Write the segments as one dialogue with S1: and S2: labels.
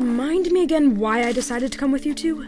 S1: me again why I decided to come with you two?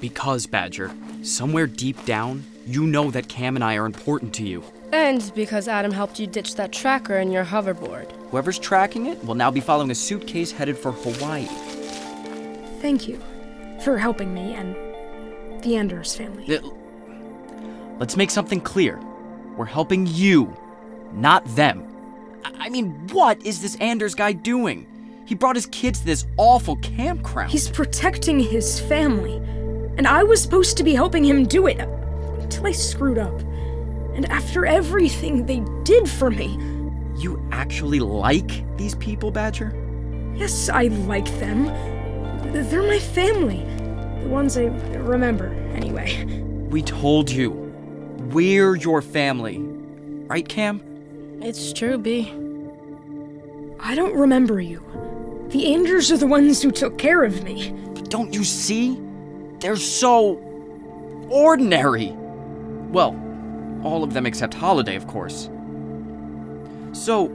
S2: Because, Badger, somewhere deep down, you know that Cam and I are important to you.
S3: And because Adam helped you ditch that tracker in your hoverboard.
S2: Whoever's tracking it will now be following a suitcase headed for Hawaii.
S1: Thank you for helping me and the Anders family.
S2: Th- Let's make something clear. We're helping you, not them. I I mean, what is this Anders guy doing? He brought his kids to this awful campground.
S1: He's protecting his family. And I was supposed to be helping him do it until I screwed up. And after everything they did for me,
S2: You actually like these people, Badger?
S1: yes, I like them. They're my family. The ones I remember, anyway.
S2: We told you. We're your family. Right, Cam?
S3: It's true, B.
S1: I don't remember you. The Anders are the ones who took care of me.
S2: Don't you see? They're so. ordinary. Well, all of them except Holiday, of course. So,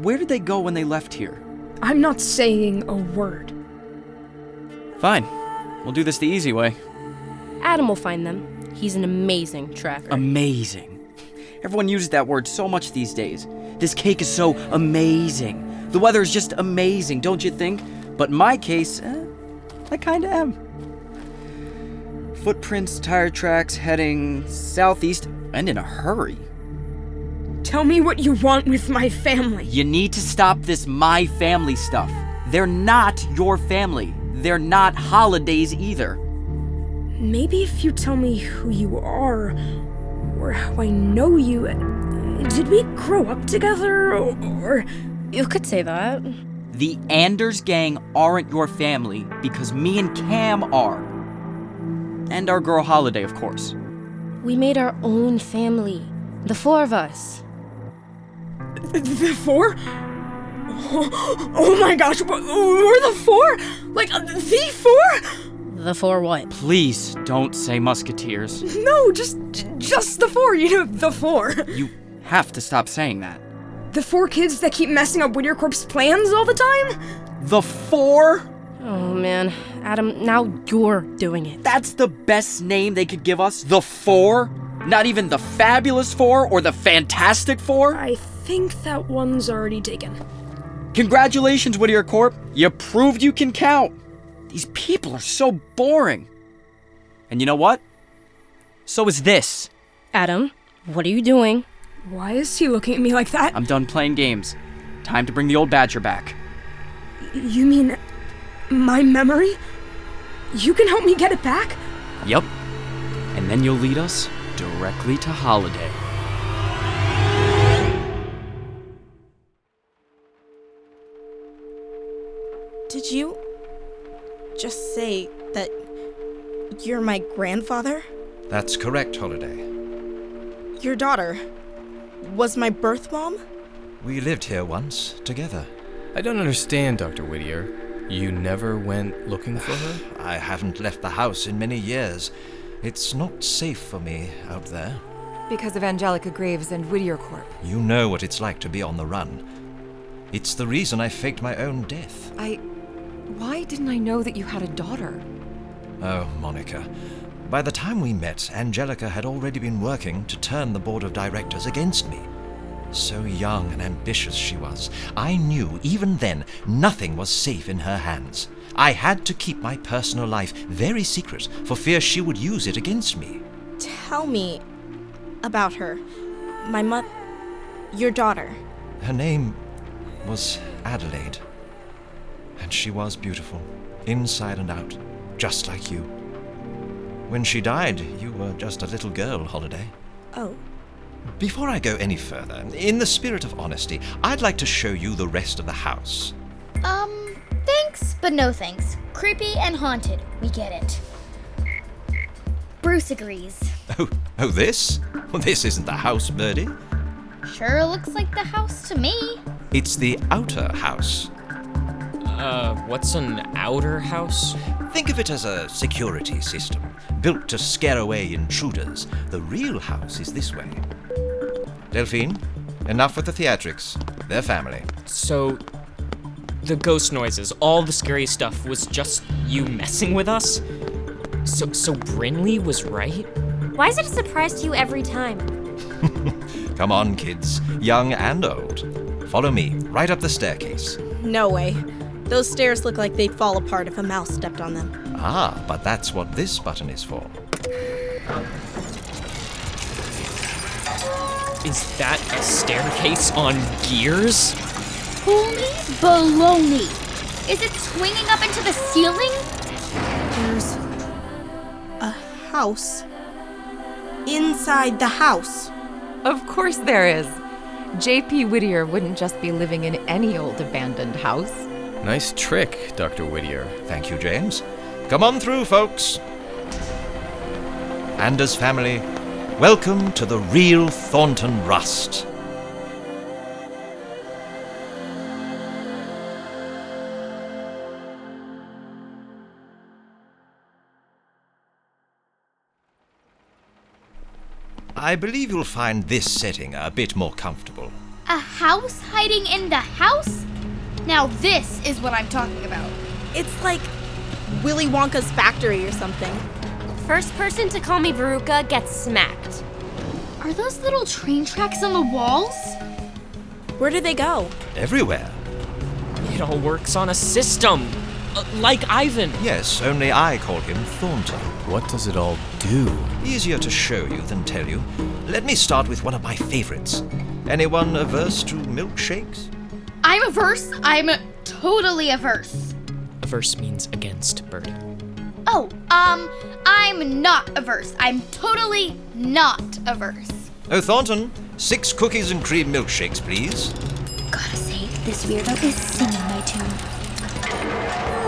S2: where did they go when they left here?
S1: I'm not saying a word.
S2: Fine. We'll do this the easy way.
S3: Adam will find them. He's an amazing tracker.
S2: Amazing. Everyone uses that word so much these days. This cake is so amazing. The weather is just amazing, don't you think? But in my case, eh, I kinda am. Footprints, tire tracks, heading southeast, and in a hurry.
S1: Tell me what you want with my family.
S2: You need to stop this my family stuff. They're not your family. They're not holidays either.
S1: Maybe if you tell me who you are, or how I know you. Did we grow up together, or.
S3: you could say that.
S2: The Anders gang aren't your family because me and Cam are. And our girl Holiday, of course.
S3: We made our own family. The four of us.
S1: The four? Oh, oh my gosh, w- we're the four? Like, uh, the four?
S3: The four what?
S2: Please don't say Musketeers.
S1: No, just j- just the four, you know, the four.
S2: You have to stop saying that.
S1: The four kids that keep messing up Whittier Corp's plans all the time?
S2: The four?
S3: Oh man, Adam, now you're doing it.
S2: That's the best name they could give us? The four? Not even the Fabulous Four or the Fantastic Four?
S1: I think that one's already taken.
S2: Congratulations, Whittier Corp. You proved you can count. These people are so boring. And you know what? So is this.
S3: Adam, what are you doing?
S1: Why is he looking at me like that?
S2: I'm done playing games. Time to bring the old Badger back.
S1: You mean my memory? You can help me get it back?
S2: Yep. And then you'll lead us directly to Holiday.
S4: Did you just say that you're my grandfather?
S5: That's correct, Holiday.
S4: Your daughter was my birth mom?
S5: We lived here once, together.
S6: I don't understand, Dr. Whittier. You never went looking for her?
S5: I haven't left the house in many years. It's not safe for me out there.
S7: Because of Angelica Graves and Whittier Corp.
S5: You know what it's like to be on the run. It's the reason I faked my own death.
S7: I. Why didn't I know that you had a daughter?
S5: Oh, Monica. By the time we met, Angelica had already been working to turn the board of directors against me. So young and ambitious she was, I knew even then nothing was safe in her hands. I had to keep my personal life very secret for fear she would use it against me.
S4: Tell me about her. My mother. Your daughter.
S5: Her name was Adelaide. And she was beautiful, inside and out, just like you. When she died, you were just a little girl, Holiday.
S4: Oh,
S5: Before I go any further, in the spirit of honesty, I'd like to show you the rest of the house.
S8: Um, thanks, but no thanks. Creepy and haunted. We get it. Bruce agrees.
S5: Oh, oh, this? Well, this isn't the house, Birdie.
S8: Sure looks like the house to me.
S5: It's the outer house.
S9: Uh, what's an outer house?
S5: Think of it as a security system, built to scare away intruders. The real house is this way. Delphine, enough with the theatrics. They're family.
S9: So, the ghost noises, all the scary stuff was just you messing with us? So, so Brinley was right?
S10: Why is it a surprise to you every time?
S5: Come on, kids, young and old. Follow me, right up the staircase.
S4: No way. Those stairs look like they'd fall apart if a mouse stepped on them.
S5: Ah, but that's what this button is for.
S9: Is that a staircase on gears?
S8: Holy baloney! Is it swinging up into the ceiling?
S4: There's a house. Inside the house.
S7: Of course there is. J.P. Whittier wouldn't just be living in any old abandoned house.
S6: Nice trick, Dr. Whittier.
S5: Thank you, James. Come on through, folks. Anders family, welcome to the real Thornton Rust. I believe you'll find this setting a bit more comfortable.
S8: A house hiding in the house? Now, this is what I'm talking about.
S4: It's like Willy Wonka's factory or something.
S10: First person to call me Veruca gets smacked.
S8: Are those little train tracks on the walls?
S4: Where do they go?
S5: Everywhere.
S9: It all works on a system. Uh, like Ivan.
S5: Yes, only I call him Thornton.
S6: What does it all do?
S5: Easier to show you than tell you. Let me start with one of my favorites. Anyone averse to milkshakes?
S8: I'm averse. I'm totally averse.
S9: Averse means against, Bird.
S8: Oh, um, I'm not averse. I'm totally not averse.
S5: Oh, Thornton, six cookies and cream milkshakes, please.
S8: Gotta say, this weirdo is singing my tune.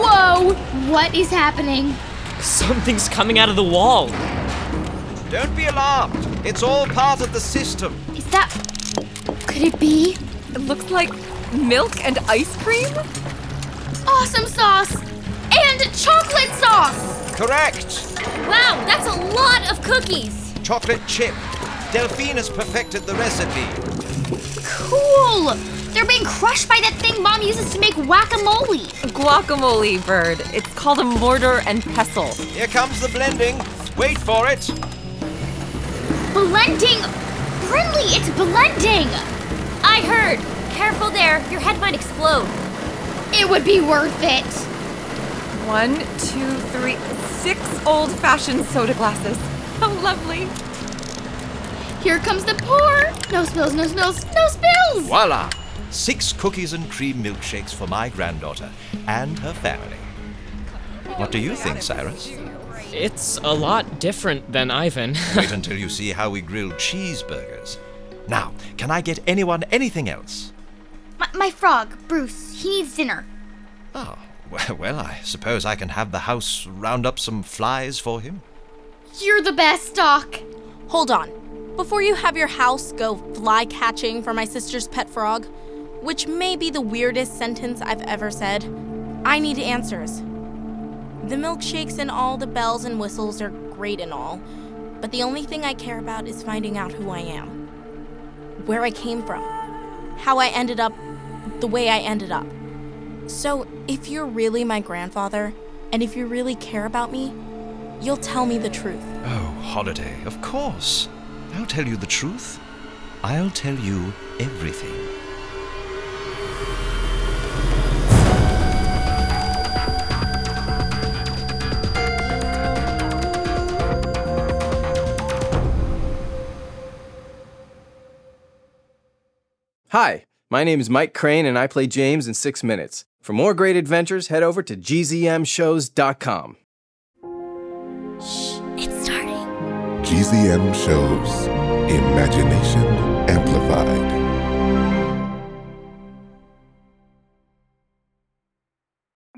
S8: Whoa! What is happening?
S9: Something's coming out of the wall.
S5: Don't be alarmed. It's all part of the system.
S8: Is that. Could it be?
S7: It looks like milk and ice cream?
S8: Awesome sauce! And chocolate sauce!
S5: Correct.
S8: Wow, that's a lot of cookies!
S5: Chocolate chip. Delphine has perfected the recipe.
S8: Cool! They're being crushed by that thing Mom uses to make whack a mole.
S7: Guacamole, Bird. It's called a mortar and pestle.
S5: Here comes the blending. Wait for it.
S8: Blending! Brinley, it's blending!
S10: I heard! Careful there, your head might explode.
S8: It would be worth it!
S7: One, two, three, six old fashioned soda glasses. How lovely.
S8: Here comes the pour! No spills, no spills, no spills!
S5: Voila! Six cookies and cream milkshakes for my granddaughter and her family. What do you think, Cyrus?
S9: It's a lot different than Ivan.
S5: Wait until you see how we grill cheeseburgers. Now, can I get anyone anything else?
S8: My, my frog, Bruce, he needs dinner.
S5: Oh, we- well, I suppose I can have the house round up some flies for him.
S8: You're the best, Doc.
S4: Hold on. Before you have your house go fly catching for my sister's pet frog, which may be the weirdest sentence I've ever said, I need answers. The milkshakes and all the bells and whistles are great and all, but the only thing I care about is finding out who I am, where I came from, how I ended up the way I ended up. So, if you're really my grandfather, and if you really care about me, you'll tell me the truth.
S5: Oh, Holiday, of course. I'll tell you the truth. I'll tell you everything.
S6: Hi, my name is Mike Crane and I play James in six minutes. For more great adventures, head over to gzmshows.com.
S8: It's starting.
S11: GZM shows Imagination Amplified.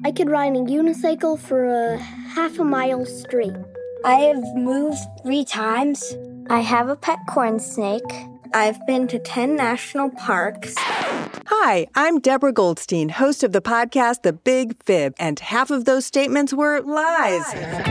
S12: I could ride a unicycle for a half a mile straight. I have moved three times. I have a pet corn snake. I've been to 10 national parks.
S13: Hi, I'm Deborah Goldstein, host of the podcast The Big Fib, and half of those statements were lies.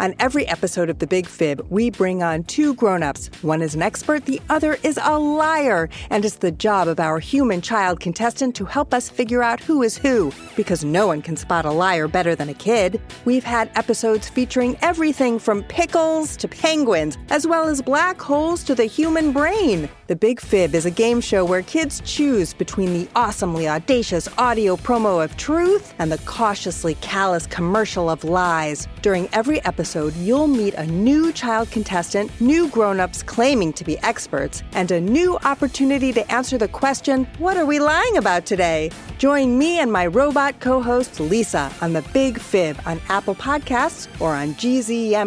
S13: On every episode of The Big Fib, we bring on two grown ups. One is an expert, the other is a liar. And it's the job of our human child contestant to help us figure out who is who, because no one can spot a liar better than a kid. We've had episodes featuring everything from pickles to penguins, as well as black holes to the human brain. The Big Fib is a game show where kids choose between the awesomely audacious audio promo of truth and the cautiously callous commercial of lies. During every episode, you'll meet a new child contestant, new grown ups claiming to be experts, and a new opportunity to answer the question What are we lying about today? Join me and my robot co host Lisa on The Big Fib on Apple Podcasts or on gzmshows.com.